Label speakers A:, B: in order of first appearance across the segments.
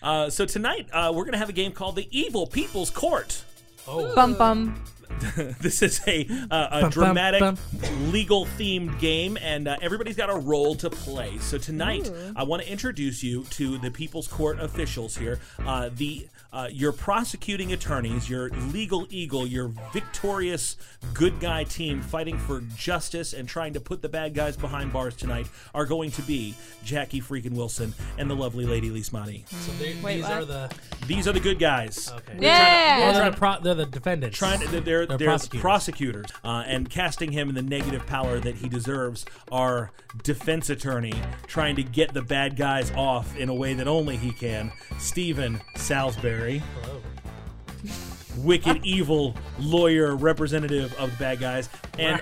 A: Uh, so tonight uh, we're gonna have a game called the Evil People's Court.
B: Bum bum.
A: this is a, uh, a
C: Bum, bum,
A: dramatic,
C: bum.
A: legal themed game, and uh, everybody's got a role to play. So tonight, I want to introduce you to the People's Court officials here. Uh, the uh, your prosecuting attorneys, your legal eagle, your victorious good guy team fighting for justice and trying to put the bad guys behind bars tonight are going to be Jackie freaking Wilson and the lovely lady Lismani.
C: So they,
B: Wait,
C: these
B: what?
C: are the
A: These are the good guys.
C: okay.
B: Yeah.
C: Oh, they're, the pro- they're the defendants.
A: trying to, they're, they're,
C: They're
A: prosecutors,
C: prosecutors.
A: uh, and casting him in the negative power that he deserves our defense attorney trying to get the bad guys off in a way that only he can Stephen Salisbury
C: Hello.
A: wicked evil lawyer representative of the bad guys and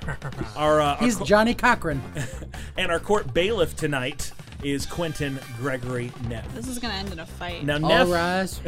A: our, uh, our
D: He's Johnny Cochran.
A: and our court bailiff tonight is Quentin Gregory Neff
E: This is gonna end in a fight.
A: now
D: All
A: Neff
D: rise.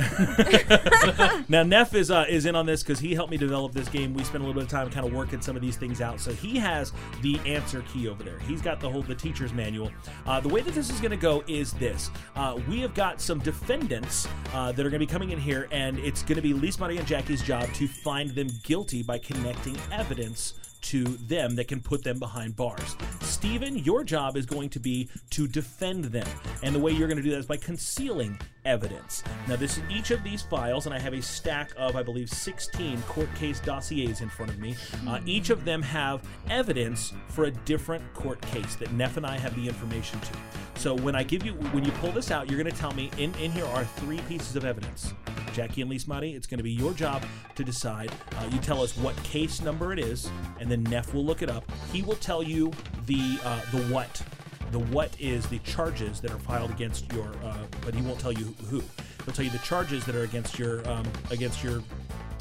A: Now Neff is uh, is in on this because he helped me develop this game. We spent a little bit of time kind of working some of these things out. So he has the answer key over there. He's got the whole the teacher's manual. Uh, the way that this is going to go is this: uh, we have got some defendants uh, that are going to be coming in here, and it's going to be Lise Marie and Jackie's job to find them guilty by connecting evidence to them that can put them behind bars. Steven, your job is going to be to defend them. And the way you're going to do that is by concealing evidence. Now, this is each of these files, and I have a stack of, I believe, 16 court case dossiers in front of me. Uh, each of them have evidence for a different court case that Neff and I have the information to. So when I give you, when you pull this out, you're going to tell me in, in here are three pieces of evidence. Jackie and Lise Mati, it's going to be your job to decide. Uh, you tell us what case number it is, and then Neff will look it up. He will tell you the uh, the what. The what is the charges that are filed against your, uh, but he won't tell you who. He'll tell you the charges that are against your um, against your.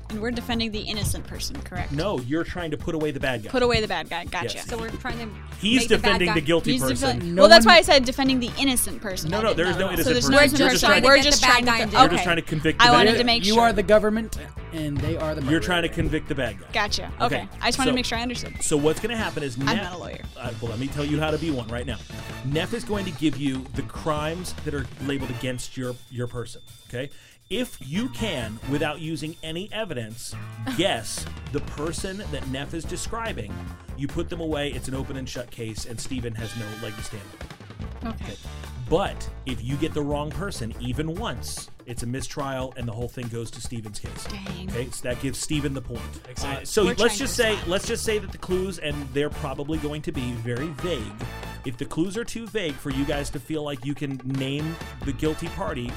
E: And we're defending the innocent person, correct?
A: No, you're trying to put away the bad guy.
E: Put away the bad guy. Gotcha.
A: Yes.
E: So
B: So we're trying to.
A: He's
B: make
A: defending the,
B: the, bad guy-
A: guilty
E: he's
A: person.
E: defen-
D: No
E: well, that's
D: one-
E: why I said defending the innocent person.
A: No,
E: I
A: no,
E: didn't
A: there is
E: know
A: no
E: that.
A: innocent
E: so there's
A: person.
E: No
A: We're
E: innocent
A: just
E: person.
A: trying to
B: get the bad
E: trying
B: guy
E: to.
B: and do
E: okay.
B: it.
A: You're just trying to convict.
E: I
A: the bad
E: wanted
A: guy.
E: to make
D: you
E: sure.
D: are the government, and they are the.
A: You're
D: murderer.
A: trying to convict the bad guy.
E: Gotcha. Okay.
A: Okay,
E: I just wanted
A: so-
E: to make sure I understood.
A: So what's going to happen is Neff,
E: not a lawyer.
A: Uh, well, let me tell you how to be one right now. Neff is going to give you the crimes that are labeled against your your person. Okay. If you can, without using any evidence, guess the person that Neff is describing, you put them away. It's an open and shut case, and Steven has no leg to stand on.
E: Okay.
A: But if you get the wrong person even once, it's a mistrial, and the whole thing goes to Steven's case.
E: Dang.
A: Okay, so that gives Steven the point. Uh,
C: Excited.
A: so
E: We're
A: let's
E: trying
A: just
E: to
A: say
E: decide.
A: let's just say that the clues and they're probably going to be very vague. If the clues are too vague for you guys to feel like you can name the guilty party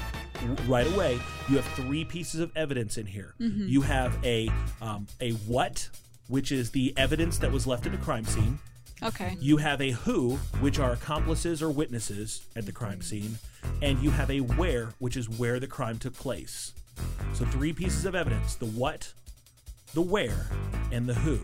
A: w- right away, you have three pieces of evidence in here.
E: Mm-hmm.
A: You have a um, a what, which is the evidence that was left at the crime scene.
E: Okay.
A: You have a who, which are accomplices or witnesses at the crime scene, and you have a where, which is where the crime took place. So, three pieces of evidence the what, the where, and the who.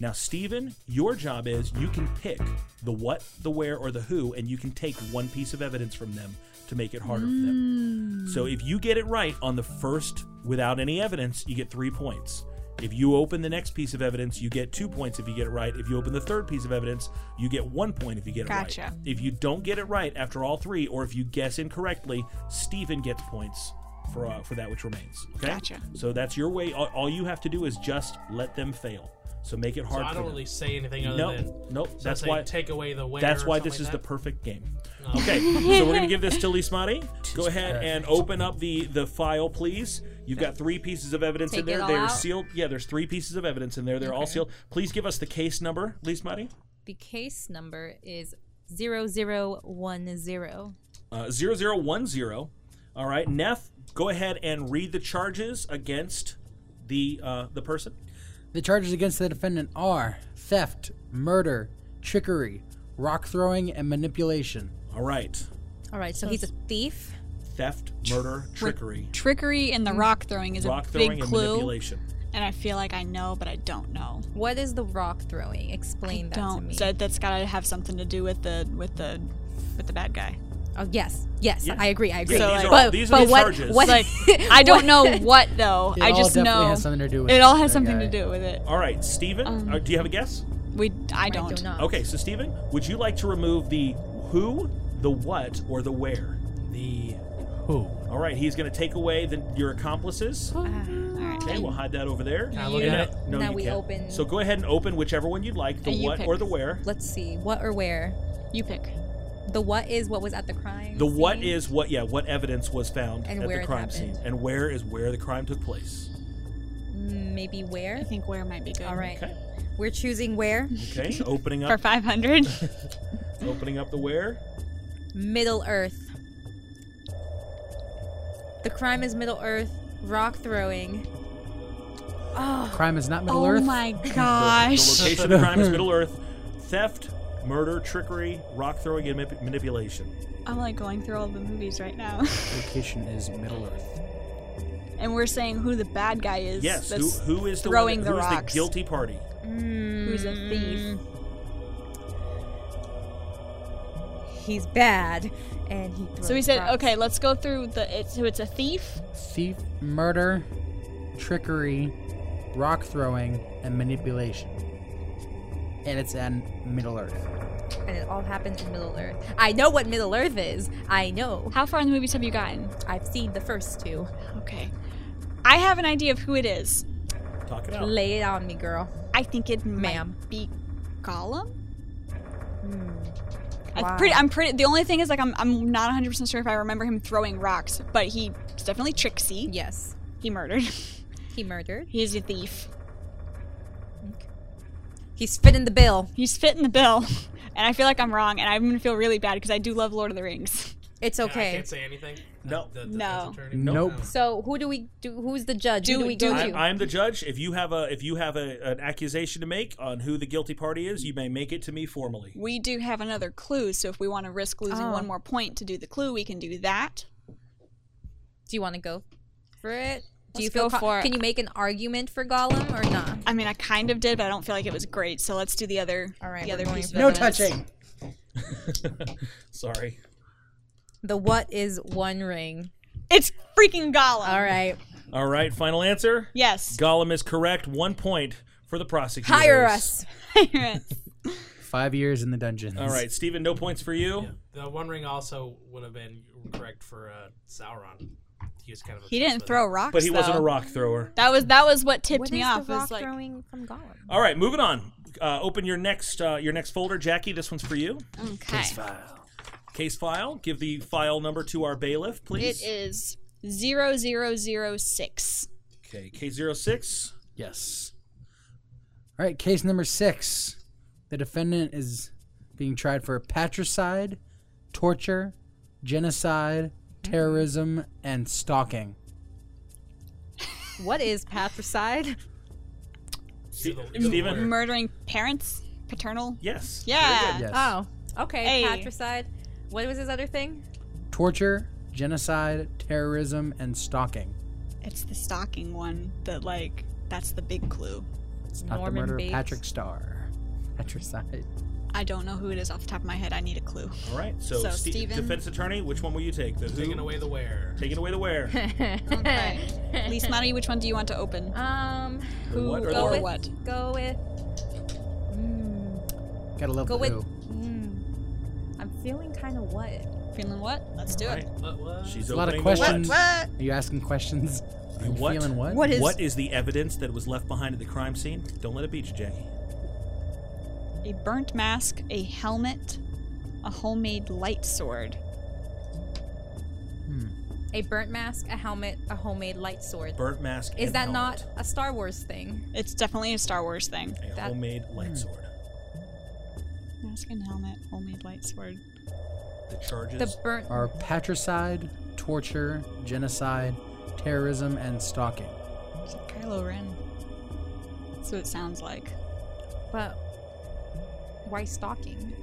A: Now, Stephen, your job is you can pick the what, the where, or the who, and you can take one piece of evidence from them to make it harder for them. So, if you get it right on the first without any evidence, you get three points. If you open the next piece of evidence, you get two points if you get it right. If you open the third piece of evidence, you get one point if you get it right.
E: Gotcha.
A: If you don't get it right after all three, or if you guess incorrectly, Steven gets points for uh, for that which remains. Okay.
E: Gotcha.
A: So that's your way. All, all you have to do is just let them fail. So make it
C: So
A: hard.
C: I
A: for
C: don't
A: them.
C: really say anything other
A: Nope,
C: than.
A: nope,
C: So
A: that's
C: say
A: why-
C: Take away the way.
A: That's
C: or
A: why
C: something
A: this
C: like
A: is the
C: that.
A: perfect game.
C: No.
A: Okay, so we're gonna give this to Lee Smotty. Go
C: Jesus
A: ahead
C: Christ.
A: and open up the the file, please. You've got three pieces of evidence in
B: Take it
A: there.
B: all
A: They're
B: out?
A: sealed. Yeah, there's three pieces of evidence in there. They're all sealed. Please give us the case number, Lee Smotty.
B: The case number is 0010.
A: Uh, 0010. All right, Neff, go ahead and read the charges against the uh, the person.
D: The charges against the defendant are theft, murder, trickery, rock throwing, and manipulation.
A: All right,
B: All right, so he's a thief.
A: theft, murder, trickery,
E: Trickery and the rock throwing is
A: rock
E: a
A: throwing,
E: big
A: and
E: clue,
A: manipulation.
E: Mm. and I feel like I know, but I don't know.
B: What is the rock throwing? Explain that to
E: Don't.
B: me.
E: So that's gotta have something to do with the with the with the bad guy.
B: oh, yes, yes,
A: Yeah.
B: I agree, I agree.
A: Yeah, these
B: but
A: are- these are
B: but
A: the
B: what,
A: charges.
B: what?
E: Like I don't know what though.
D: It
E: I
D: all
E: just
D: definitely
E: know
D: has something to do with
E: it. All has
D: that
E: something
D: guy.
E: to do with it.
A: All right, Steven, uh, do you have a guess?
E: We I
B: I do
E: don't.
B: not.
A: Okay, so Steven, would you like to remove the who, the what, or the where?
C: The who.
A: All right, he's going to take away the, your accomplices.
E: Alright.
A: Okay, we'll hide that over there.
C: Can I look
B: You-
C: at it?
A: No,
B: Now
A: you
B: we
A: can't.
B: open-
A: So go ahead and open whichever one you'd like, the
E: And you
A: what
E: pick.
A: or the where.
B: Let's see. What or where?
E: You pick.
B: The what is what was at the crime.
A: The what
B: scene.
A: is what? Yeah, what evidence was found
B: And
A: at
B: where
A: the
B: it
A: crime
B: happened.
A: scene, and where is where the crime took place?
B: Mm, maybe
E: I
B: where?
E: think where might be good.
B: All right.
A: Okay.
B: We're choosing where?
A: Okay, opening
E: For
A: up,
E: 500.
A: opening up the where.
B: Middle Earth. The crime is Middle Earth. Rock throwing. Oh,
D: Crime is not Middle
E: oh
D: Earth.
E: my
A: The
E: gosh.
A: location of the crime is Middle Earth. Theft, murder, trickery, rock throwing, and manip- manipulation.
E: I'm like going through all the movies right now.
D: Location is Middle Earth.
E: and we're saying who the bad guy is.
A: Yes, who,
E: that's-
A: who is the
E: throwing
A: one,
E: the Mm-hmm.
A: who is
E: rocks.
A: the guilty party?
E: who's a thief.
B: he's bad, and he.
E: So we
B: throws
E: said,
B: rocks.
E: okay, let's go through the. It, so it's a thief.
D: Thief, murder, trickery, rock throwing, and manipulation. And it's in Middle Earth.
B: and it all happens in Middle Earth. I know what Middle Earth is. I know.
E: How far in the movies have you gotten?
B: I've seen the first two.
E: Okay. I have an idea of who it is.
A: Talk it out.
B: Lay it on me, girl.
E: I think it
B: Ma'am.
E: might be Gollum.
B: Why?
E: I'm pretty. I'm pretty. The only thing is, like, I'm, I'm not 100 percent sure if I remember him throwing rocks, but he's definitely tricksy.
B: Yes,
E: He murdered.
B: he murdered.
E: He's a thief.
B: He's fitting the bill.
E: He's fitting the bill, and I feel like I'm wrong, and I'm gonna feel really bad because I do love Lord of the Rings.
B: It's
C: Yeah, I
B: okay.
C: can't say anything.
A: No.
C: The defense
E: No.
C: attorney?
D: Nope.
B: so who do we do? Who's the judge?
E: Do-
B: who do we
E: do
B: go
A: I'm,
B: to?
A: I'm the judge. If you have a if you have a, an accusation to make on who the guilty party is, you may make it to me formally.
E: We do have another clue, so if we want to risk losing
B: Oh.
E: one more point to do the clue, we can do that.
B: Do you want to go for it? Do you
E: Let's
B: feel
E: go
B: co-
E: for it.
B: Can you make an argument for Gollum or not?
E: I mean, I kind of did, but I don't feel like it was great. So let's do the other.
B: All right,
E: The
B: we're
E: other
B: going
E: piece
B: for
E: of
D: No
E: evidence.
D: touching.
A: Sorry.
B: The what is One Ring?
E: It's freaking Gollum.
B: All right,
A: All right. Final answer.
E: Yes.
A: Gollum is correct. One point for the prosecutor.
B: hire us.
D: Five years in the dungeons.
A: All right, Steven, no points for you.
C: The One Ring also would have been correct for uh, Sauron. He was kind of.
E: He
C: obsessed
E: didn't
C: with
E: throw
C: it.
E: rocks.
A: But he wasn't a
E: though.
A: rock thrower.
E: That was that was what tipped
B: What is
E: me
B: the
E: off.
B: rock
E: was like,
B: throwing from Gollum?
A: All right, moving on. Uh, open your next uh, your next folder, Jackie. This one's for you.
E: okay,
A: Case file. Give the file number to our bailiff, please.
E: it is zero zero zero six.
A: Okay, K06.
D: Yes. All right, case number six. The defendant is being tried for patricide, torture, genocide, terrorism, and stalking.
B: What is patricide?
A: Ste-
C: the- the
A: Steven?
C: lawyer.
E: Murdering parents, paternal.
A: Yes.
E: Yeah.
D: Yes.
B: Oh, okay.
E: Hey.
B: Patricide. What was his other thing?
D: Torture, genocide, terrorism, and stalking.
E: It's the stalking one that like that's the big clue.
D: It's not
B: Norman
D: the murder
B: Bates.
D: of Patrick Starr. Patricide.
E: I don't know who it is off the top of my head. I need a clue.
A: All right. So,
E: So,
A: Ste-
E: Steven?
A: defense attorney, which one will you take? The who?
C: Taking away the where.
A: Taking away the where.
E: Okay. Lise Marie, which one do you want to open?
B: Um,
A: The
E: Who
A: what or
E: go
A: the who?
E: with what?
B: go with. Mm,
D: Gotta love
B: Go
D: the
B: with-
D: who.
B: mm, I'm feeling kind of what?
E: Feeling what? Let's do
A: All
E: it.
A: right.
C: What, what?
A: She's
D: A lot of
A: opening the what.
D: questions. Are you asking questions? Are you
A: What?
D: feeling what?
B: What is-
A: What is the evidence that was left behind at the crime scene? Don't let it beat you, Jackie.
E: A burnt mask, a helmet, a homemade light sword.
B: A burnt mask, a helmet, a homemade light sword.
A: Burnt mask.
B: Is
A: and
B: that
A: helmet.
B: not a Star Wars thing?
E: It's definitely a Star Wars thing.
A: a
B: that-
A: homemade light sword?
E: Mask and helmet, homemade light sword.
A: The charges.
B: The burnt.
D: Are patricide, torture, genocide, terrorism, and stalking.
E: It's like Kylo Ren. That's what it sounds like.
B: But why stalking?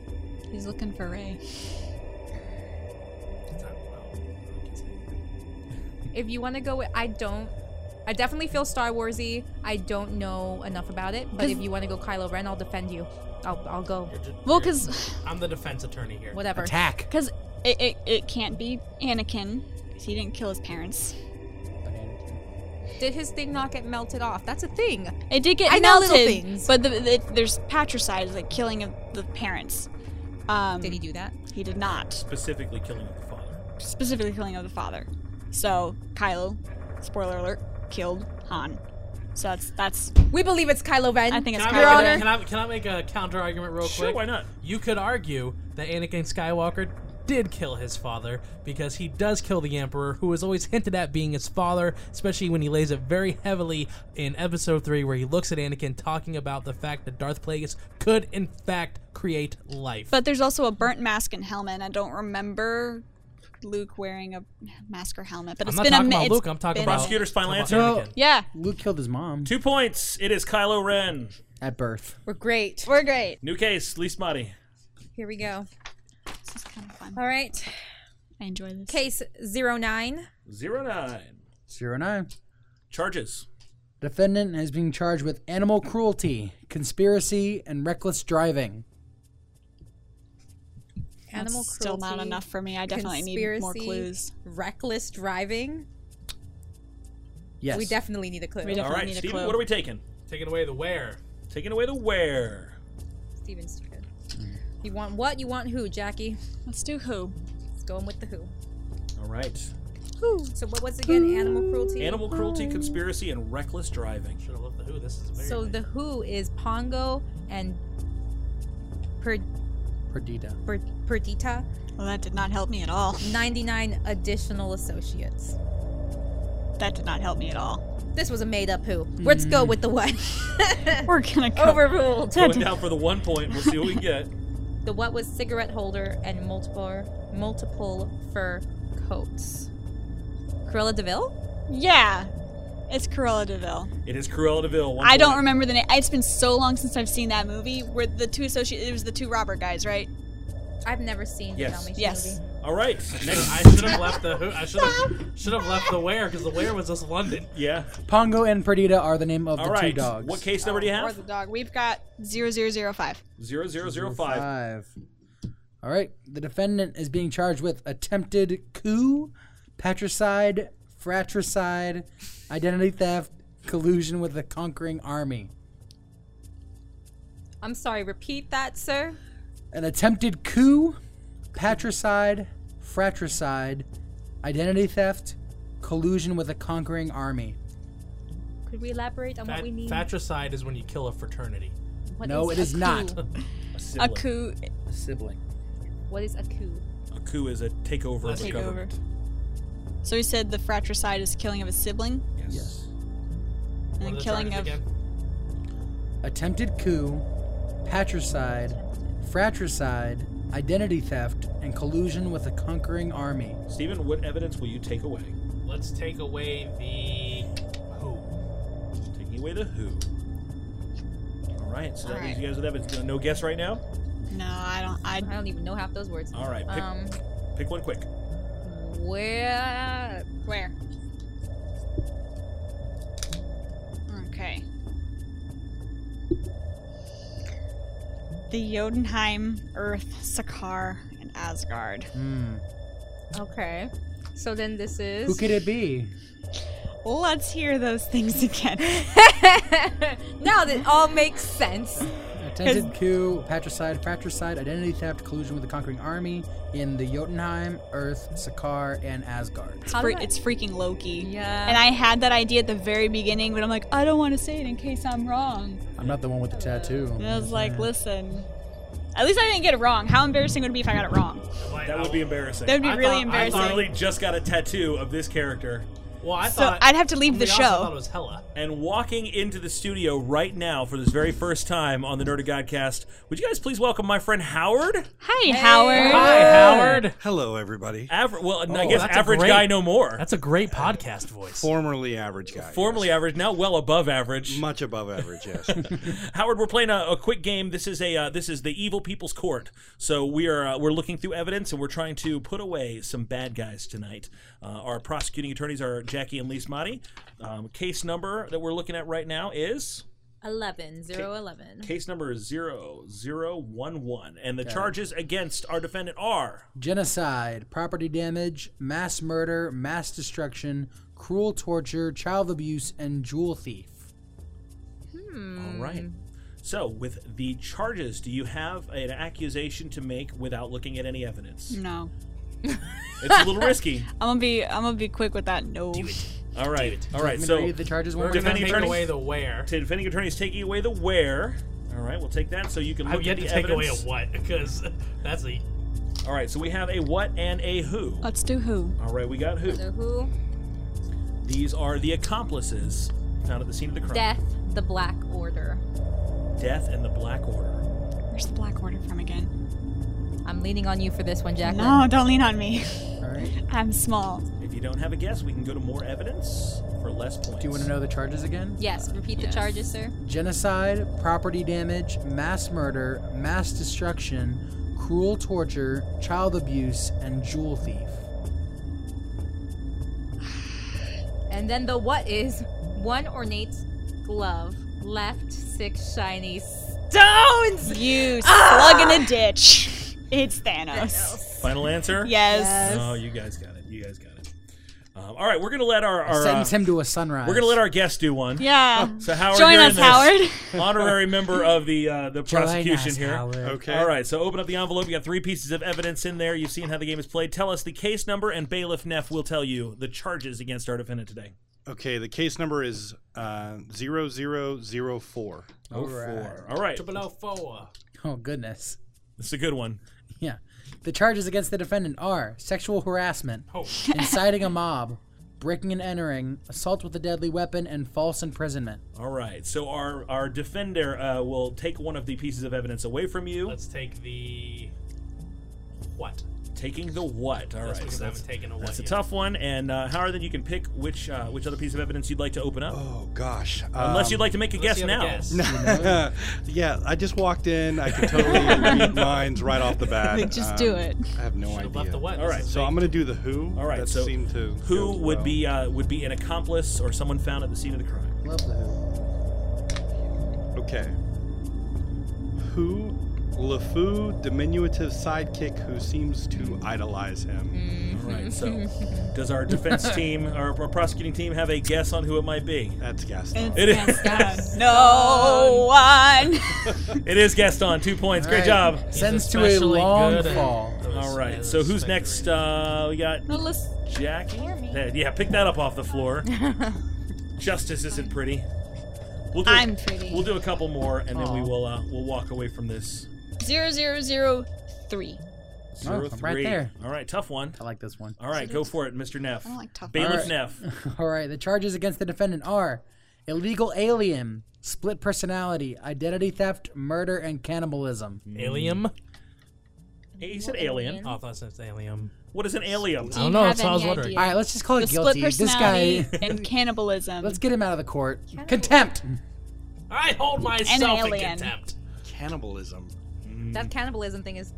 E: He's looking for Ray.
C: I don't know. I can say anything.
B: If you want to go with, I don't. I definitely feel Star Warsy. I don't know enough about it, but if you want to go Kylo Ren, I'll defend you. I'll I'll go.
C: You're just-
E: Well,
C: you're-
E: because
C: I'm the defense attorney here.
B: Whatever.
D: Attack!
E: because it, it, it can't be Anakin. 'cause He didn't kill his parents.
B: Did his thing not get melted off? That's a thing.
E: It did get
B: I know
E: melted,
B: little things.
E: but the, the, there's patricide, like killing of the parents. Um,
B: Did he do that?
E: He did not
A: specifically killing of the father.
E: specifically killing of the father. So Kylo, spoiler alert, killed Han. So that's that's.
B: We believe it's Kylo Ren.
E: I think it's
C: Can
E: Kylo
B: Your
C: I, make a-
B: Honor.
C: can, I, can I make a counter argument real
A: Sure,
C: quick?
A: why not?
C: You could argue that Anakin Skywalker did kill his father because he does kill the Emperor, who is always hinted at being his father, especially when he lays it very heavily in Episode 3, where he looks at Anakin talking about the fact that Darth Plagueis could, in fact, create life.
E: But there's also a burnt mask and helmet, and I don't remember Luke wearing a mask or helmet. But
C: I'm
E: it's
C: not
E: been a
C: talking
E: mi-
C: about
E: it's
C: Luke, I'm talking
E: been a-
C: about-
A: Prosecutor's final answer.
D: So
E: Yeah,
D: Luke killed his mom
A: Two points. It is Kylo Ren.
D: at birth.
B: We're great.
E: we're great.
A: New case, least body.
B: Here we go.
E: This is kind of fun.
B: All right.
E: I enjoy this.
B: Case 09.
A: Zero nine.
D: Zero nine.
A: Charges.
D: Defendant is being charged with animal cruelty, conspiracy, and reckless driving.
E: That's
B: Animal
E: still
B: cruelty.
E: not enough for me. I definitely need more
B: conspiracy,
E: clues.
B: Reckless driving.
D: Yes.
B: We definitely need a clue.
E: We
A: All
E: definitely
A: right,
E: need a
A: Steven,
E: clue.
A: what are we taking?
C: Taking away the where.
A: Taking away the where.
B: Steven Stupid.
E: Mm.
B: You want what? You want who, Jackie?
E: Let's do who?
B: Let's go in with the who.
A: All right.
B: Who? So what was again?
E: Mm.
B: Animal cruelty.
A: Animal cruelty, conspiracy, and reckless driving.
C: Should have left the who. This is very
B: So
C: nice.
B: the who is Pongo and per,
D: Perdita.
B: per, Perdita,
E: Well, that did not help me at all.
B: 99 additional associates.
E: That did not help me at all.
B: This was a made up who. Let's go
E: Mm.
B: with the one.
E: We're gonna go.
B: Overruled.
A: Going down for the one point. We'll see what we get.
B: The what was cigarette holder and multiple multiple fur coats. Cruella Deville?
E: Yeah, it's Cruella Deville.
A: It is Cruella Deville. one
E: I don't
A: point.
E: remember the name. It's been so long since I've seen that movie. Where the two associates, it was the two Robert guys, right?
B: I've never seen the
A: Yes.
B: Dalmatian
E: Yes.
B: movie.
A: All right. Next.
C: I should have left the who. I should have should have left the where because the where was just London.
A: Yeah.
D: Pongo and Perdita are the name of
A: All
D: the
A: right.
D: two dogs.
A: What case number do you
E: Or
A: have?
E: the dog. We've got 0005.
A: Zero zero zero five.
D: Five. All right. The defendant is being charged with attempted coup, patricide, fratricide, identity theft, collusion with a conquering army.
B: I'm sorry, repeat that, sir.
D: An attempted coup, patricide, fratricide, identity theft, collusion with a conquering army.
B: Could we elaborate on what
C: Fat,
B: we mean?
C: Fratricide is when you kill a fraternity.
B: What
D: no, it
B: a
D: is not.
B: coup?
E: A coup
D: A sibling.
B: What is a coup?
A: A coup is a takeover of a
C: Takeover.
A: government.
E: So he said the fratricide is killing of a sibling
A: Yes.
E: and
C: What are
E: then
C: the
E: killing
C: charges
E: of.
C: again?
D: Attempted coup, patricide, fratricide, identity theft, and collusion with a conquering army.
A: Stephen, what evidence will you take away?
C: Let's take away the who.
A: Taking away the who. All right. So that
E: All
A: leaves
E: right.
A: you guys with evidence. No- No guess right now.
E: No, I don't. I
B: I don't even know half those words.
A: All right. Pick,
B: Um,
A: pick one quick.
B: where?
E: where. Okay. The Jotunheim, Earth, Sakaar, and Asgard.
D: Hmm.
B: Okay. So then this is.
D: Who could it be?
E: Let's hear those things again.
B: now that all makes sense.
D: Attempted coup, patricide, fratricide, identity theft, collusion with a conquering army in the Jotunheim, Earth, Sakaar, and Asgard.
B: How
E: Fre-
B: did I-
E: it's freaking Loki.
B: Yeah.
E: And I had that idea at the very beginning, but I'm like, I don't want to say it in case I'm wrong.
D: I'm not the one with the tattoo.
E: And I was like, listen. At least I didn't get it wrong. How embarrassing would it be if I got it wrong?
A: That would be embarrassing.
E: That would be
C: I
E: really
C: thought- I
E: embarrassing.
A: I literally just got a tattoo of this character
C: Well, I
E: so
C: thought
E: I'd have to leave the
C: we also thought it
E: show.
C: was Hella.
A: and walking into the studio right now for this very first time on the Nerdy Godcast. Would you guys please welcome my friend Howard?
E: Hi, Howard.
C: Hi, Howard.
F: Hello, everybody.
A: Aver- well, I guess
C: Oh, that's a
A: average
C: great-
A: guy no more.
C: That's a great podcast voice.
F: Formerly average guy.
A: Formerly
F: yes.
A: average, now well above average.
F: Much above average, yes.
A: Howard, we're playing a, a quick game. This is a uh, this is the Evil People's Court. So we are uh, we're looking through evidence and we're trying to put away some bad guys tonight. Uh, our prosecuting attorneys are Jackie and Lise Motti. Um, case number that we're looking at right now is
B: 11, 0, 11.
A: case number zero zero one one, and the charges against our defendant are
D: Genocide, property damage, mass murder, mass destruction, cruel torture, child abuse, and jewel thief.
A: all right. So, with the charges, do you have an accusation to make without looking at any evidence?
E: No.
A: It's a little risky.
E: I'm gonna be I'm gonna be quick with that. No.
A: All right. All
D: I'm
A: right.
D: gonna
A: So
D: read the charges
C: We're
D: one more
C: gonna
A: Defending
C: take
A: attorney?
C: away the where.
A: to defending attorney's taking away the where. All right, we'll take that. So you can look
C: I've yet
A: at
C: to
A: the
C: take away a
A: evidence.
C: what because that's a
A: All right, so we have a what and a who.
E: Let's do who?
A: All right, we got who.
B: So who?
A: These are the accomplices found at the scene of the crime.
B: Death, the Black Order.
A: Death and the Black Order.
E: Where's the black order from again?
B: I'm leaning on you for this one, Jacqueline.
E: No, don't lean on me.
D: All right. Do
E: I'm small.
A: If you don't have a guess, we can go to more evidence for less points.
D: you want to know the charges again?
B: Yes, repeat
E: Yes.
B: the charges, sir.
D: Genocide, property damage, mass murder, mass destruction, cruel torture, child abuse, and jewel thief.
B: And then the what is one ornate glove, left six shiny stones.
E: You slug in a ditch. It's Thanos.
A: Final answer?
E: Yes.
A: Oh, you guys got it. You guys got it. Um, all right, we're gonna let our, our uh,
D: Sentence him to a sunrise.
A: we're gonna let our guest do one.
E: Yeah.
A: So Howard,
E: Join
A: you're in
E: us,
A: this.
E: Howard.
A: honorary member of the uh, the
D: Join
A: prosecution
D: us,
A: here.
D: Howard.
F: Okay.
A: All right, so open up the envelope. You got three pieces of evidence in there. You've seen how the game is played. Tell us the case number, and bailiff Neff will tell you the charges against our defendant today.
F: Okay, the case number is uh, 0004.
A: Oh, four. All right,
C: triple O four.
D: Oh goodness.
A: this is a good one.
D: Yeah. The charges against the defendant are sexual harassment,
C: Oh,
D: inciting a mob, breaking and entering, assault with a deadly weapon, and false imprisonment.
A: All right, so our our defender uh, will take one of the pieces of evidence away from you,
C: let's take the what?
A: taking the what. All right,
C: That's because
A: so
C: I haven't taken a what.
A: that's a
C: yet.
A: tough one. And uh, Howard, then you can pick which uh, which other piece of evidence you'd like to open up,
F: Oh, gosh. Um,
A: unless you'd like to make a
C: Unless
A: guess
C: you have
A: now.
C: a guess.
F: yeah, I just walked in. I can totally read minds right off the bat. Um,
E: Just do it.
F: I have no
C: Should've
F: idea.
C: left the what.
A: All right,
F: So I'm going to do the who.
A: All right,
F: That
A: so
F: seemed to
A: who
F: go
A: would
F: well.
A: be uh, would be an accomplice or someone found at the scene of the crime?
D: Love the who.
F: Okay. Who? LeFou, diminutive sidekick who seems to idolize
E: Hmm.
F: him.
A: All right. So, does our defense team, our, our prosecuting team, have a guess on who it might be?
F: That's Gaston.
A: It is.
E: No one.
A: It is Gaston. Two points. Great
D: Right.
A: job.
D: Sentence to a long fall.
A: All right. So who's next? Uh, we got
B: No, let's-
A: Jackie. Yeah, yeah, pick that up off the floor. Justice isn't pretty. We'll do,
E: I'm pretty.
A: We'll do a couple more, and then we will uh, we'll walk away from this.
E: Zero zero zero three.
A: Zero
D: Oh, I'm right
A: three.
D: there.
A: All right, tough one.
D: I like this one.
A: All right, go for it, Mr. Neff.
E: I don't like tough
A: Bailiff
D: ones.
A: Neff.
D: All right, the charges against the defendant are illegal alien, split personality, identity theft, murder, and cannibalism.
C: Alien. Oh,
A: He said alien. Uh,
C: I thought it said alien.
A: What is an alien?
C: I don't
B: you
C: know.
B: have
C: That's what I was
B: any
C: wondering.
B: idea?
D: All right, let's just call
E: The
D: it
E: split
D: guilty. This
E: personality
D: guy,
E: and cannibalism.
D: let's get him out of the court. Contempt.
C: I hold myself in
E: alien.
C: contempt.
F: Cannibalism.
A: Mm.
B: That cannibalism thing is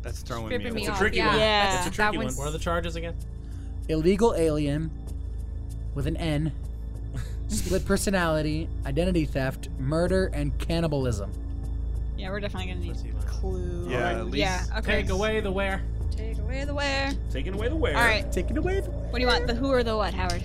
F: That's throwing
B: tripping
F: me.
B: me
A: a
B: off.
A: tricky
B: yeah,
A: one.
E: Yeah.
B: that's-
A: It's a
B: that
A: tricky
B: one's-
A: one.
C: What are the charges again?
D: illegal alien with an N, split personality, identity theft, murder, and cannibalism.
E: yeah, we're definitely gonna
C: Let's see
E: need
C: mine.
E: clues.
F: Yeah, at least-
E: yeah. Okay.
C: Take away the where.
E: Take away the where.
A: Taking away the wear.
E: All right.
D: Taking away the
E: What do you want? The who or the what, Howard?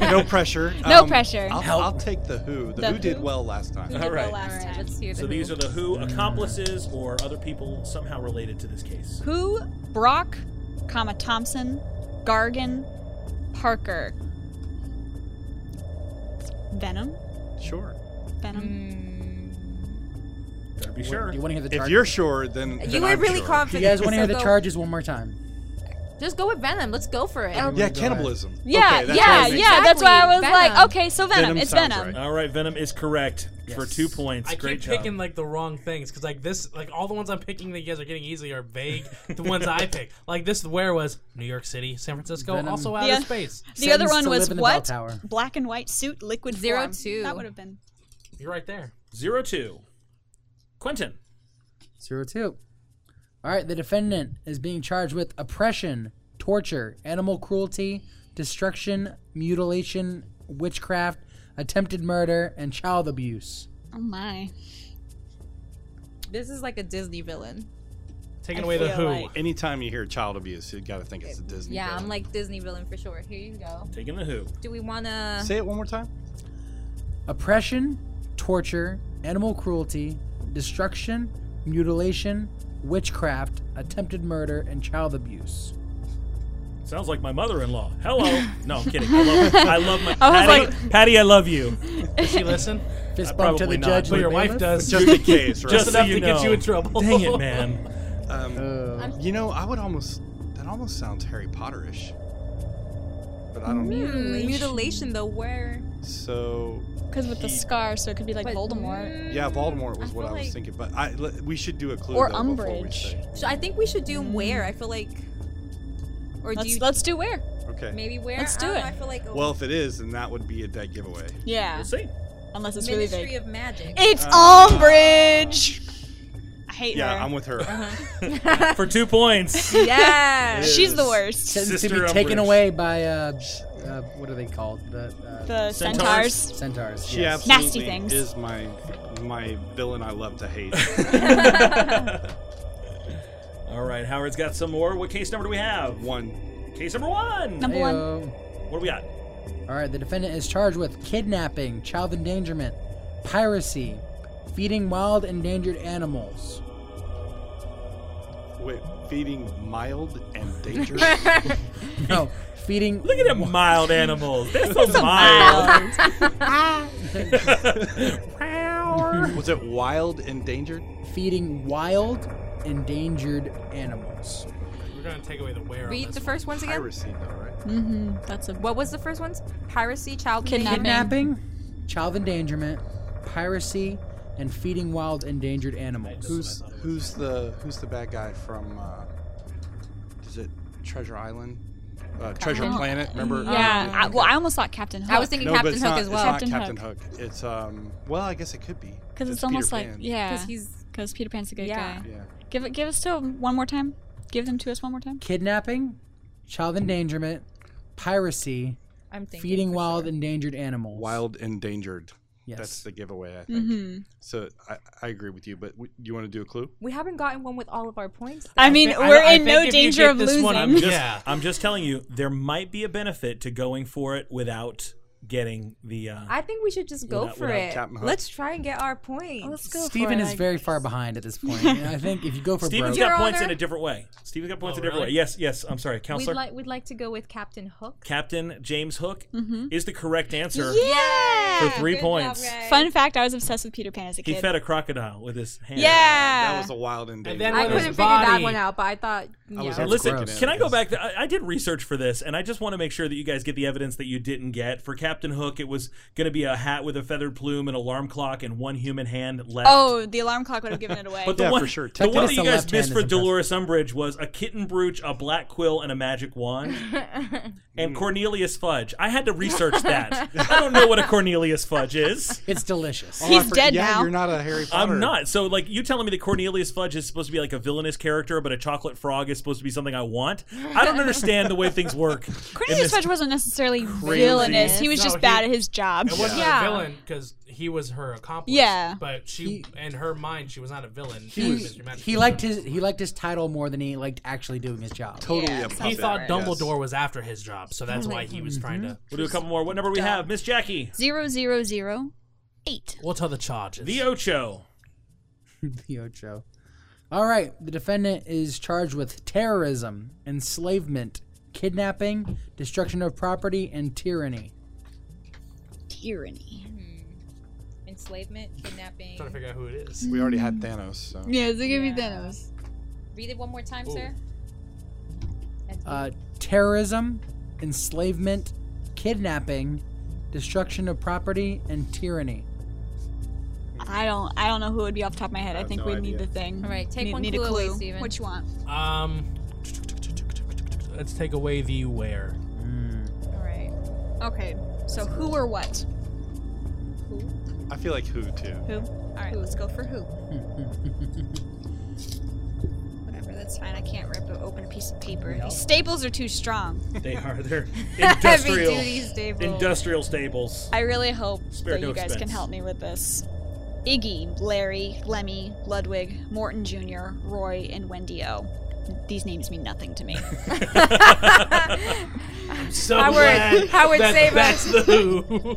F: no pressure. Um,
E: No pressure.
F: I'll, I'll take the who. The,
E: The
F: who, did
E: who.
F: well last time.
A: All right.
E: last
B: Alright,
E: time.
B: let's hear the
A: So
B: who.
A: these are the who accomplices or other people somehow related to this case.
E: Who? Brock, comma Thompson, Gargan, Parker. Venom.
F: Sure.
E: Venom.
A: Better be sure.
D: You want to hear the
F: If
D: charges?
F: you're sure, then,
B: You
F: then
B: were
F: I'm
B: really
F: sure.
D: Do
B: confident.
D: you guys want
B: want
D: to hear the charges one more time?
B: Just go with Venom. Let's go for
C: Oh
B: it.
F: Yeah, cannibalism.
E: Yeah,
F: Okay, that's what
E: yeah,
F: I mean.
E: yeah. That's why I was
B: Exactly, Venom.
E: like, okay, so Venom.
F: Venom
E: it's
F: sounds
E: Venom.
F: right.
A: All right, Venom is correct for two points.
C: I
A: Great
C: keep
A: job.
C: picking like the wrong things because like this, like all the ones I'm picking that you guys are getting easy are vague. the ones I pick, like this, where was New York City, San Francisco,
D: Venom.
C: also outer
E: Yeah.
C: space.
E: The other
D: Sentenced
E: one
D: to
E: was
D: live in the bell
E: what?
D: tower.
E: Black and white suit, liquid
B: Zero
E: form.
B: two.
E: That would have been.
C: You're right there.
A: Zero two. Quentin.
D: Zero two. All right, the defendant is being charged with oppression, torture, animal cruelty, destruction, mutilation, witchcraft, attempted murder, and child abuse.
E: Oh my.
B: This is like a Disney villain.
C: Taking
E: I
C: away the
E: feel
C: who.
E: like-
F: Anytime you hear child abuse, you got to think it's a Disney.
B: Yeah, I'm
F: film.
B: like Disney villain for sure. Here you go.
A: Taking the who.
B: Do we want to?
F: Say it one more time.
D: Oppression, torture, animal cruelty, destruction, mutilation, witchcraft, attempted murder, and child abuse.
A: Sounds like my mother-in-law. Hello. No, I'm kidding. I love, I love my
B: I was
A: Patty, Patty. I love you.
C: Does she listen?
D: Fist
A: Uh,
D: bump to
A: probably
D: the
A: not,
D: judge.
A: but
C: But
D: and
C: your
D: the
C: wife
D: bailiff?
C: does.
F: Just in case, right?
A: Just so
C: enough
A: you
C: to get
A: know.
C: you in trouble.
A: Dang it, man.
F: um,
D: Uh,
F: you know, I would almost. That almost sounds Harry Potterish. But I don't.
B: Hmm, mutilation though, where?
F: So
E: Because with the
F: He-
E: scar, so it could be like
B: But- Hmm.
E: Voldemort.
F: yeah, Voldemort was
E: I
F: what I
E: feel
F: was
E: like-
F: thinking. But I le- we should do a clue
E: Or
F: though, before we
E: Umbridge.
F: say.
B: So I think we should do where. I feel like, or do
E: Let's
B: you
E: let's do where.
F: Okay.
B: maybe where?
E: Let's
B: I
E: do
B: don't know,
E: it.
B: I feel like oh,
F: Well, if it is, then that would be a dead giveaway.
E: Yeah,
A: We'll see.
E: unless it's really
B: Ministry
E: vague.
B: of Magic.
E: It's
F: Ah.
E: Umbridge. I hate
F: Yeah,
E: her.
F: I'm with her.
A: For two points.
B: yeah.
F: It
E: She's the
F: is.
E: worst.
D: sentenced to
A: Sister
D: be taken
A: Umbridge.
D: away by uh, uh, what are they called? The, uh,
E: The
A: Centaurs.
E: centaurs.
D: centaurs.
F: She
D: yes.
F: absolutely
E: Nasty things.
F: is my my villain. I love to hate.
A: All right, Howard's got some more. What case number do we have?
F: One.
A: Case number one.
E: Number one.
D: Ayo.
A: What do we got?
D: All right, the defendant is charged with kidnapping, child endangerment, piracy, feeding wild endangered animals.
F: Wait, feeding mild and dangerous.
D: No, feeding.
A: Look at them mild animals. They're so mild.
F: was it wild and dangered?
D: Feeding wild endangered animals.
C: We're gonna take away the where.
B: Read the first ones again.
F: Piracy, though, right?
E: That's a
B: What was the first ones? Piracy, child
E: Kidnapping.
D: Kidnapping, child endangerment, piracy, and feeding wild endangered animals.
F: Who's who's the who's the bad guy from? Uh, is it Treasure Island? Uh, Treasure Planet. Remember?
E: yeah. I, well, I almost thought Captain Hook.
B: I was thinking
F: No, but
B: Captain
F: it's
B: Hook
F: not,
B: as well.
F: it's not
E: Captain
F: Captain Hook. It's um. Well, I guess it could be
E: because it's,
F: Peter
E: almost like
F: Pan.
E: yeah,
B: Because he's
E: because Peter Pan's a good
B: Yeah.
E: guy.
F: Yeah.
E: Give it, give us to him one more time. Give them to us one more time.
D: Kidnapping, child endangerment, piracy,
B: I'm thinking
D: feeding
B: for
D: wild
B: sure.
D: endangered animals.
F: Wild endangered.
D: Yes.
F: That's the giveaway, I think.
E: Mm-hmm.
F: So I, I agree with you, but w- you want to do a clue?
B: We haven't gotten one with all of our points.
E: I mean,
C: thi- I-
E: we're
C: I
E: in
C: think if
E: no
C: you
E: danger
C: get
E: of
C: this
E: losing.
C: one, I'm
A: I'm just,
C: Yeah.
A: I'm just telling you, there might be a benefit to going for it without getting the. Uh,
B: I think we should just go
A: Without-
B: for
A: without
B: it.
F: Captain Hook.
B: Let's try and get our points.
E: go for
D: Steven
E: it,
D: is
E: I
D: very
E: guess.
D: far behind at this point. And I think if you go for
A: Steven's
D: broke,
A: got
B: Your
A: points
B: Honor.
A: in a different way. Steven's got points
C: Oh,
A: in a different
C: really?
A: way. Yes, yes. I'm sorry,
B: we'd
A: counselor.
B: like we'd like to go with Captain Hook.
A: Captain James Hook is the correct answer.
E: Yeah.
A: For three
B: Mm-hmm. Good job,
A: points.
B: guys.
E: Fun fact: I was obsessed with Peter Pan as a
A: He
E: kid.
A: fed a crocodile with his hand.
E: yeah.
F: That was a wild endangered.
C: then
B: I
C: Well,
B: couldn't
C: there's
B: figure that
C: body.
B: one out, but I thought
F: I was
B: yeah.
F: That's
A: Listen,
D: gross.
A: can I go back? To, I, I did research for this, and I just want to make sure that you guys get the evidence that you didn't get. For Captain Hook, it was going to be a hat with a feathered plume, an alarm clock, and one human hand left.
E: oh, the alarm clock would have given it away.
A: But the
F: Yeah,
A: one,
F: for sure.
A: The one that
D: Technically,
A: you
D: the
A: guys
D: left
A: missed
D: hand
A: for
D: is impressive.
A: Dolores Umbridge was a kitten brooch, a black quill, and a magic wand.
D: Hmm.
A: and Cornelius Fudge. I had to research that. I don't know what a Cornelius Fudge is.
D: it's delicious.
F: Oh, I
E: He's
F: forg-
E: dead
F: yeah,
E: now.
F: You're not a Harry Potter.
A: I'm not. So, like, you telling me that Cornelius Fudge is supposed to be like a villainous character, but a chocolate frog is supposed to be something I want? I don't understand the way things work. in
E: Cornelius
A: this-
E: Fudge wasn't necessarily villainous. He was
C: No,
E: just
C: he-
E: bad at his job.
C: It wasn't
B: Yeah.
C: a villain because he was her accomplice.
E: Yeah.
C: But she, in her mind, she was not a villain. She
D: He,
C: was Mr. Magic.
D: he liked his he liked his title more than he liked actually doing his job.
F: Totally
E: Yeah,
F: a
E: sounds
C: He
F: puppet,
C: thought
F: yes.
C: Dumbledore was after his job, so
E: Oh
C: that's why he was trying to.
A: We'll do a couple more. What number we have? Miss Jackie.
E: Zero zero zero eight.
C: We'll tell the charges.
A: The Ocho.
D: the Ocho. All right, the defendant is charged with terrorism, enslavement, kidnapping, destruction of property, and tyranny.
E: Tyranny.
B: Enslavement, kidnapping.
C: trying to figure out who it is.
F: We already had Thanos, so.
E: Yeah, it's gonna be Thanos.
B: Read it one more time,
C: sir.
D: Uh, terrorism, enslavement, kidnapping, destruction of property, and tyranny.
E: I don't. I don't know who it would be off the top of my head. I,
F: have
E: think
F: no
E: we
F: idea.
E: need the thing.
B: All right, take
E: need,
B: one
E: need
B: clue
E: a
B: away,
E: clue.
B: Steven.
E: What you want?
C: Um, let's take away the where.
B: All right.
E: Okay. So who or what?
F: I feel like who, too.
E: Who? All right. Let's go for who. Whatever. That's fine. I can't rip open a piece of paper. These staples are too strong.
A: They are. They're
B: Heavy
A: industrial.
B: duty stable.
A: industrial stables.
E: I really hope
A: Spare
E: that
A: no
E: you guys can
A: expense.
E: help me with this. Iggy, Larry, Lemmy, Ludwig, Morton Jr., Roy, and Wendy O. These names mean nothing to me.
C: So
B: Howard-
C: glad
B: Howard,
C: that
B: save
C: that's
B: us.
C: the who.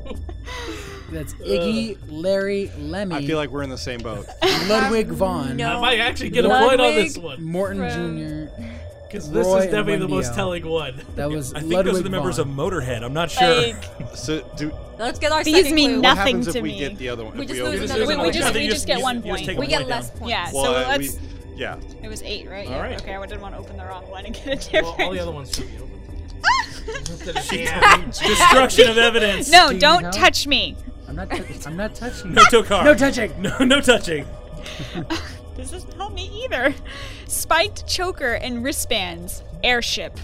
D: That's Iggy, Larry, Lemmy,
F: I feel like we're in the same boat.
D: Ludwig Vaughn,
B: No.
C: I might actually get a
B: Ludwig.
C: point on this one
D: Morton
B: Friend.
D: Jr.
C: because this
D: Roy
C: is
D: and
C: definitely the
D: Wendy
C: most
D: O.
C: telling one.
D: That was
A: I think
D: Ludwig
A: those are the members
D: Vaughn.
A: of Motorhead. I'm not sure.
E: Like,
F: So do
B: Let's get our
E: These
B: second
E: mean
B: clue.
F: what
E: nothing
F: happens
E: to
F: if we
E: me.
F: get the other one?
B: We
F: If
B: just
F: only
B: lose
F: get
B: another
F: the
E: We-
B: one.
E: we
F: other
E: just-
A: I think
E: we
A: you
E: just get
A: you
E: one
A: you just
E: point.
A: take
B: We
A: one
B: get
A: point
B: less
A: down.
B: points.
E: yeah,
F: Well,
E: so
F: I- we-
E: let's.
F: yeah.
E: It was eight, right?
A: All
E: yeah.
A: right.
E: Okay, I didn't want to open the wrong one and get a
C: Well,
E: different.
C: all the other ones should be open.
A: Destruction of evidence.
E: no,
D: Do you
E: don't
D: know?
E: touch me.
D: I'm not. tou- I'm not touching.
A: No tokar.
D: No touching.
A: No, no touching.
E: This doesn't help me either. Spiked choker and wristbands. Airship.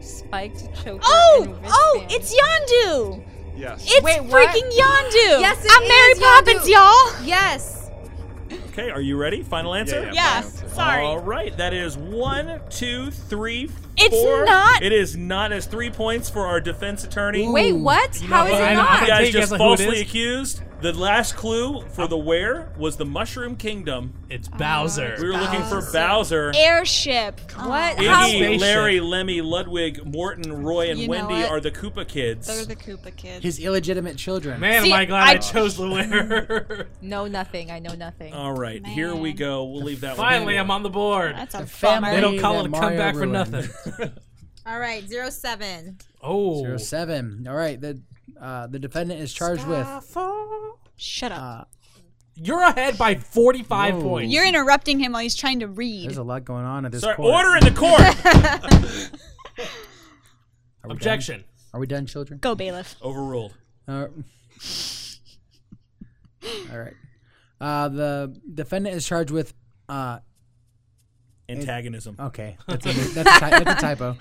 B: Spiked choker.
E: Oh,
B: and
E: oh,
B: wristband.
E: it's Yondu.
F: Yes.
E: It's
B: Wait, what?
E: freaking Yondu.
B: Yes, it
E: I'm
B: is
E: Mary
B: Yondu.
E: Poppins, y'all.
B: Yes.
A: Okay, are you ready? Final answer.
F: Yeah.
E: Yes, sorry.
A: All right, that is one, two, three, four.
E: It's not-
A: It is not as three points for our defense attorney.
D: Ooh.
B: Wait, what? How is
C: what?
B: it
C: I know-
A: You
B: not?
C: I-
A: guys
C: take a
A: just
C: guess on who it
A: falsely
C: is.
A: accused. The last clue for the where was the Mushroom Kingdom.
C: It's Bowser.
A: We were looking for Bowser.
E: Airship.
B: What? How?
A: Iggy, Larry, Lemmy, Ludwig, Morton, Roy, and
E: You know
A: Wendy
E: what?
A: are the Koopa kids.
E: They're the Koopa kids.
D: His illegitimate children.
C: Man,
E: See,
C: am I glad I,
E: I-
C: chose the winner.
B: No, nothing. I know nothing.
A: All right, here we
E: Man.
A: go. We'll leave that
C: Finally,
A: one.
C: I'm on the board.
E: That's a
D: The
E: family.
D: family.
C: They don't
D: that
C: call it a
D: Mario
C: comeback for
D: ruined.
C: nothing.
G: All right, zero seven.
C: Oh,
D: Zero seven. All right. The uh, the defendant is charged with
E: Shut up.
D: uh,
C: you're ahead by 45
D: Whoa.
C: points.
E: You're interrupting him while he's trying to read.
D: There's a lot going on at this
A: Sorry,
D: court.
A: order in the court.
D: Are we
C: Objection.
D: Done? Are we done, children?
E: Go bailiff.
A: Overruled.
D: Uh, all right. Uh, the defendant is charged with. Uh,
A: Antagonism.
D: okay, that's a, that's, a, ty- that's a typo.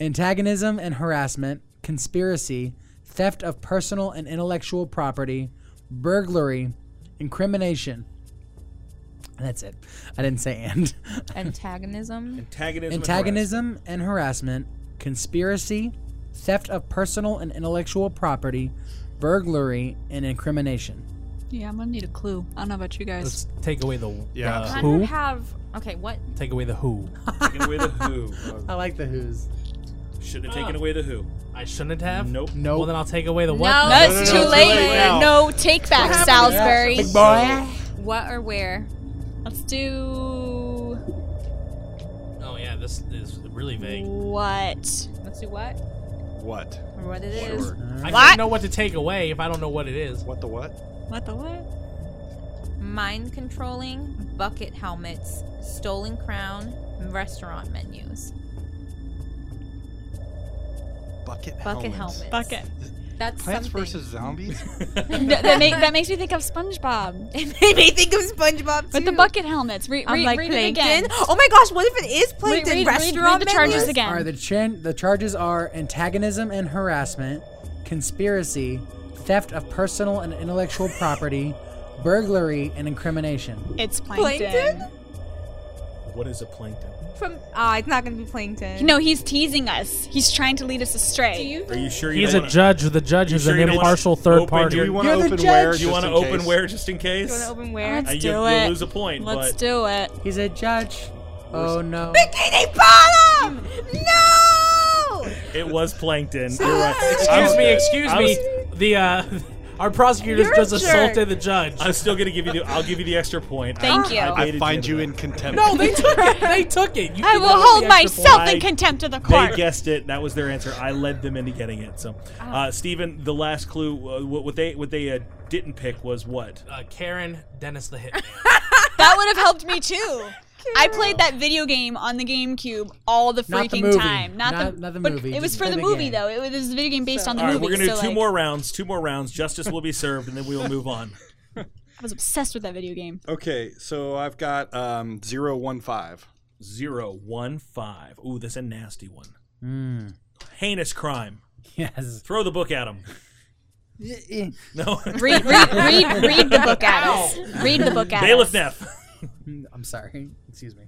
D: Antagonism and harassment, conspiracy, theft of personal and intellectual property, burglary, incrimination. And that's it. I didn't say and.
B: Antagonism.
A: Antagonism. and
D: Antagonism and harassment, conspiracy, theft of personal and intellectual property, burglary, and incrimination.
E: Yeah, I'm gonna need a clue. I don't know about you guys.
C: Let's take away the
F: Yeah.
C: the
B: I
C: who.
B: don't have. Okay, what?
C: Take away the who.
A: harassment. Taking away the who.
D: I like the who's.
A: Should have taken away the who.
C: I shouldn't have.
A: Nope.
D: No.
C: Well, then I'll take away the what.
B: No.
E: That's
B: No, no,
E: too
B: no, it's
E: late.
B: late
F: now.
E: No take back, Salisbury.
D: boy.
B: What or where?
E: Let's do
C: Oh yeah, this is really vague.
E: what?
B: Let's do what
F: What?
B: or what it is.
C: I
E: What?
C: don't know what to take away if I don't know what it is.
F: What the what?
E: What the what?
B: Mind controlling, bucket helmets, stolen crown, restaurant menus,
F: Bucket
B: bucket
F: helmets.
B: helmets.
E: Bucket.
B: That's
F: Plants
B: something.
F: versus zombies?
E: No, that, make, that makes me think of SpongeBob.
G: It made me think of SpongeBob too.
E: But the bucket helmets. Re-
B: I'm
E: re-
B: like
E: read it
G: Plankton.
E: again.
G: Oh my gosh, what if it is Plankton
E: read- read-
G: restaurant
E: read the charges
G: menus?
E: again.
D: All right, the, chan- the charges are antagonism and harassment, conspiracy, theft of personal and intellectual property, burglary, and incrimination.
E: It's plankton.
G: Plankton?
A: What is a plankton?
G: From ah, it's not gonna be Plankton.
E: No, he's teasing us. He's trying to lead us astray.
G: do you?
A: Are you sure you
C: He's a
A: don't
C: judge. The judge
A: You
C: is
A: sure you
C: an
A: don't wanna
C: impartial third
A: open
C: party.
F: Do we want to
D: You're the
F: open
D: judge.
F: where?
A: Do you
F: want to
A: open where just in case?
G: You want to open where?
E: Let's
A: Uh, you,
E: do
A: will
E: it.
A: lose a point,
E: Let's
A: but
E: do it.
D: He's a judge. Oh no.
G: Bikini Bottom. No.
A: it was plankton. You're right.
C: Excuse
A: I'm-
C: me, excuse
A: I was-
C: me. The uh, our prosecutor
G: You're a
C: just
G: jerk.
C: assaulted the judge.
A: I'm still gonna give you the. I'll give you the extra point. Um,
E: Thank you. I
A: baited
F: I find you
A: into
F: in
A: that.
F: contempt.
C: no, they took it. They took it. You
E: I
C: did
E: will
C: not have
E: hold
C: the extra
E: myself
A: point.
E: in contempt of the court.
A: They guessed it. That was their answer. I led them into getting it. So, uh, Stephen, the last clue. Uh, what, what they what they uh, didn't pick was what?
C: point. Uh, Karen Dennis the Hitman.
E: That would have helped me too. I played that video game on the GameCube all the freaking
D: Not the movie.
E: time. Not,
D: Not-
E: the,
D: not the
E: but
D: movie,
E: It was
D: just
E: for
D: the
E: the
D: big
E: movie
D: game.
E: though. It was, it was a video game based on the
A: All right,
E: movie.
A: we're gonna do
E: so,
A: two
E: like,
A: more rounds. Two more rounds. Justice will be served, and then we will move on.
E: I was obsessed with that video game.
F: Okay, so I've got um, 015.
A: Zero one five. Ooh, that's a nasty one.
C: Hmm.
A: Heinous crime.
D: Yes.
A: Throw the book at him. No.
E: Read, read, read, read the book at us. Read the book at
A: Bailiff
E: us.
A: Neff.
D: I'm sorry. Excuse me.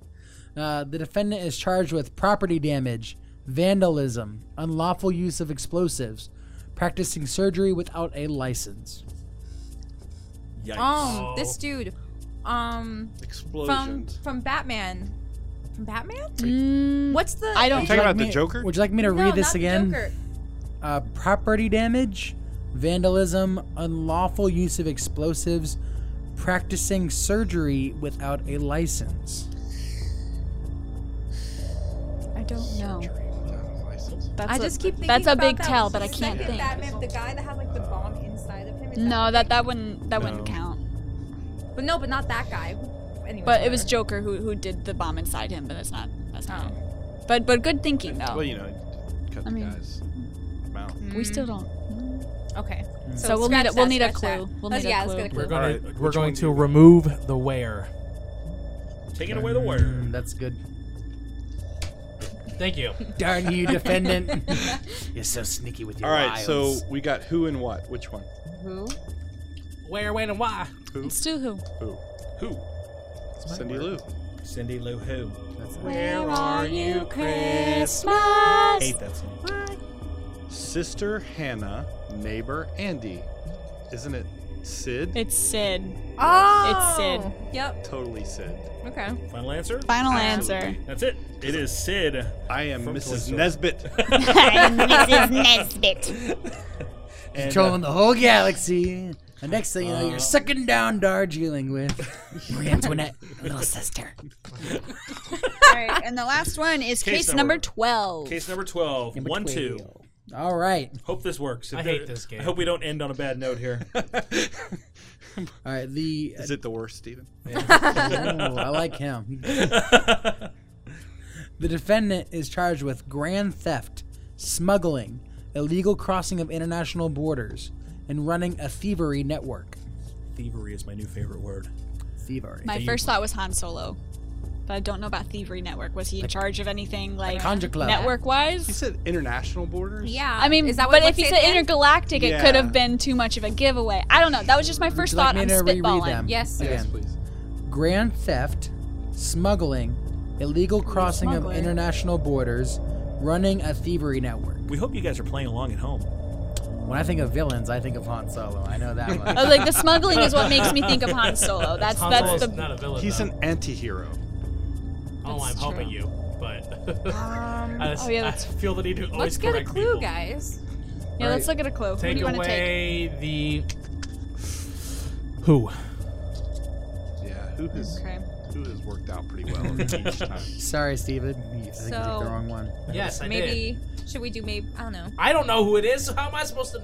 D: Uh, the defendant is charged with property damage, vandalism, unlawful use of explosives, practicing surgery without a license.
A: Yikes.
B: Um, this dude, um, from
F: Explosions.
B: from Batman, from Batman.
E: Mm,
B: What's the?
E: I
F: you
E: don't.
F: talking
D: Would you
F: about
D: like
F: the
D: me-
F: Joker?
D: Would you like me to
B: no,
D: read this
B: not the
D: again?
B: Joker.
D: Uh, property damage, vandalism, unlawful use of explosives, practicing surgery without a license.
B: I don't know.
E: That's
B: I
E: a-
B: just keep thinking
E: that's a
B: about
E: big
B: that
E: tell, but I
B: second
E: can't think.
G: Batman, the guy that had like the bomb inside of him. is
E: No, that that wouldn't that
A: No.
E: wouldn't count.
B: But no, but not that guy. Anyway,
E: But it was Joker who who did the bomb inside him, but that's not that's not. it. But but good thinking though.
B: Oh.
F: Well, you know, cut
E: I
F: the
E: mean-
F: guy's mouth.
B: Mm.
E: we still don't.
B: okay.
E: So we'll need
B: scratch
E: a- we'll
B: that,
E: need a
B: scratch that.
E: clue. We'll
B: Let's-
E: need a
B: yeah, let's
E: clue.
B: get a
C: We're
B: clue.
C: gonna
F: Alright,
C: we're
F: which
C: going
F: one do
C: to
F: you want?
C: remove the where.
A: Taking away the word.
D: Mm, that's good.
C: Thank you.
D: Darn you, defendant. You're so sneaky with your
F: All right, so
D: wiles.
F: we got who and what. Which one?
B: Who?
C: Where, when, and why?
E: It's still who?
F: Who?
A: Who?
F: Cindy Lou.
A: Cindy Lou Who.
E: Where are you, Chris?
A: Hate that song.
F: Sister Hannah, neighbor Andy. Isn't it Sid?
E: It's Sid. It's
B: Oh,
E: Sid.
B: Yep.
F: totally Sid.
B: Okay.
A: Final answer.
E: Final answer.
F: Absolutely.
A: That's it. It is Sid.
F: I am
A: From Toy
F: Mrs.
A: Story.
F: Nesbit.
G: Mrs. Nesbit.
A: And, uh,
D: Controlling the whole galaxy. The next thing you know, you're sucking down Darjeeling with Marie Antoinette, little sister.
E: All right, and the last one is
A: Case
E: case,
A: number-
E: number twelve.
A: case number 12.
D: Number
A: one,
D: 12.
A: two.
D: All right.
A: Hope this works. If
C: I
A: there-
C: hate this game.
A: I hope we don't end on a bad note here.
D: All right. The
F: Is it the worst, Steven?
D: Ooh, I like him. the defendant is charged with grand theft, smuggling, illegal crossing of international borders, and running a thievery network.
A: Thievery is my new favorite word.
D: Thievery.
E: My first thought was Han Solo, but I don't know about Thievery Network. Was he in charge of anything like
D: Conjure Club.
E: network
F: You
E: wise?
F: said international borders?
B: Yeah.
E: I mean,
B: is that
E: but
B: what
E: if he
B: it
E: said
B: said?
E: intergalactic, it could
F: Yeah.
E: have been too much of a giveaway. I don't know. That was just my first
D: Would you like
E: thought.
D: me
E: I'm
D: to reread
E: spitballing.
D: them?
B: yes.
F: Yes,
D: Again.
F: please.
D: Grand theft, smuggling, illegal crossing of
E: smuggler.
D: international borders, running a thievery network.
A: We hope you guys are playing along at home.
D: When I think of villains, I think of Han Solo. I know that
E: I
D: much.
E: was like, the smuggling is what makes me think of Han Solo. That's
C: Han
E: that's
C: Solo's
E: the
C: not a villain.
F: He's
C: though.
F: an anti hero.
C: Oh, I'm
E: That's
C: helping
E: true.
C: you, but I, just,
E: oh, yeah,
C: I
E: that's-
C: feel the need to always
B: Let's get a
C: correct
B: clue,
C: people.
B: guys.
E: yeah. Let's look at a clue. Who
C: Take
E: do you want to take?
C: away the who?
F: Yeah, who has
E: Okay.
F: who has worked out pretty well each time.
D: Sorry, Steven. I think you
B: So-
D: took the wrong one.
C: Yes, I did.
B: Maybe should we do maybe I don't know.
C: I don't know who it is. So how am I supposed to?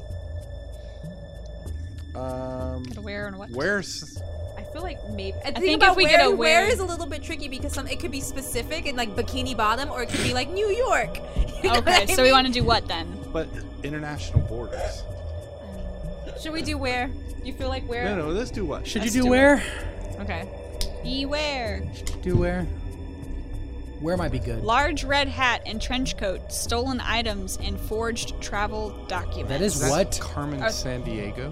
F: Um,
E: Get aware and what?
F: where's
B: I feel like maybe I
E: think
B: about
E: if we
B: where,
E: get a
B: where
E: where-
B: is a little bit tricky because some it could be specific and like Bikini Bottom or it could be like New York. You know
E: Okay,
B: what I
E: so we
B: mean?
E: want to do what then?
F: but international borders?
B: Should we do where? You feel like where?
F: No, no, let's do what?
D: Should
E: Let's
D: you do
E: do it.
D: where?
B: Okay.
E: Beware.
D: Do where? Where might be good.
E: Large red hat and trench coat, stolen items, and forged travel documents.
D: That is
F: Is that
D: what?
F: Carmen
E: Uh,
F: San Diego?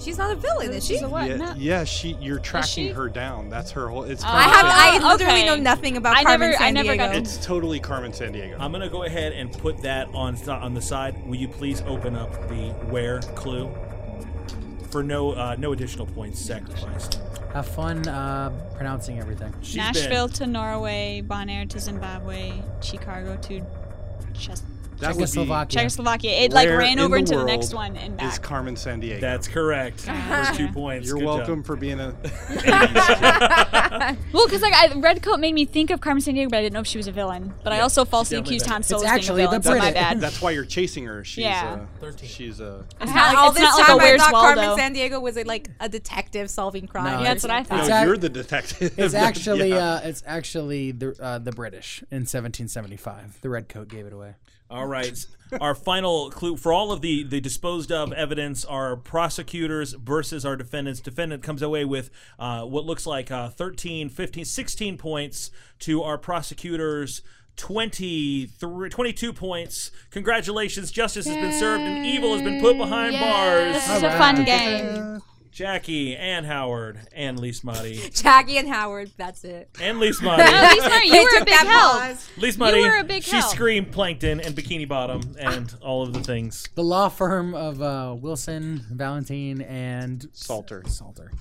B: She's not a villain, is she?
E: She's a what?
F: yeah,
E: No.
F: yeah, she. You're tracking
E: she?
F: her down. That's her whole. It's.
G: I
E: Ah.
F: Carmen,
G: have. I
E: Ah,
G: literally
E: okay.
G: know nothing about
E: I
G: Carmen
E: never- I
G: San
E: never got
G: Diego.
F: it's totally Carmen San Diego.
A: I'm gonna go ahead and put that on on the side. Will you please open up the where clue for no uh, no additional points sacrificed?
D: Have fun uh, pronouncing everything.
A: She's been-
E: Nashville to Norway, Bonaire to Zimbabwe, Chicago to Czech-
F: that would be
D: Czechoslovakia.
E: Czechoslovakia. It like
F: where
E: ran
F: in
E: over into the
F: world
E: next one and back.
F: Is Carmen San Diego?
A: that's correct. For two points.
F: You're
A: Good job.
F: welcome for being a.
E: well, because like I, red coat made me think of Carmen San Diego, but I didn't know if she was a villain. But I also falsely
A: definitely
E: accused
A: that.
E: Han Solo
D: It's
E: of being
D: actually
E: a
D: the
E: villain. So my
D: Brit.
E: bad.
F: That's why you're chasing her. She's
E: Yeah.
F: uh,
C: 13.
F: She's a.
E: It's
G: How-
E: not,
G: all
E: like, it's
G: this
E: not like
G: time
E: a
G: I
E: Where's
G: thought
E: Waldo.
G: Carmen San Diego was it like a detective solving crime?
D: No,
E: yeah, that's what I
F: No,
E: thought.
D: It's act-
F: you're the detective.
D: It's actually
F: Yeah.
D: uh, it's actually the uh, the British in 1775. The red coat gave it away.
A: All right. our final clue for all of the the disposed of evidence are prosecutors versus our defendants. Defendant comes away with uh, what looks like uh, 13, 15, 16 points to our prosecutors. 23, 22 points. Congratulations. Justice has been served and evil has been put behind
E: This
A: bars.
E: is a fun game.
A: Jackie, and Howard, and Lise Motti.
B: Jackie and Howard, that's it.
A: And Lise
E: At
A: Motti.
E: least Mary,
G: They
E: you were a
G: took
E: big
G: that
E: help.
G: pause.
A: Lise Motti.
E: were a big
A: she
E: help.
A: screamed Plankton and Bikini Bottom and all of the things.
D: The law firm of uh, Wilson, Valentine, and
F: Salter.
D: Salter.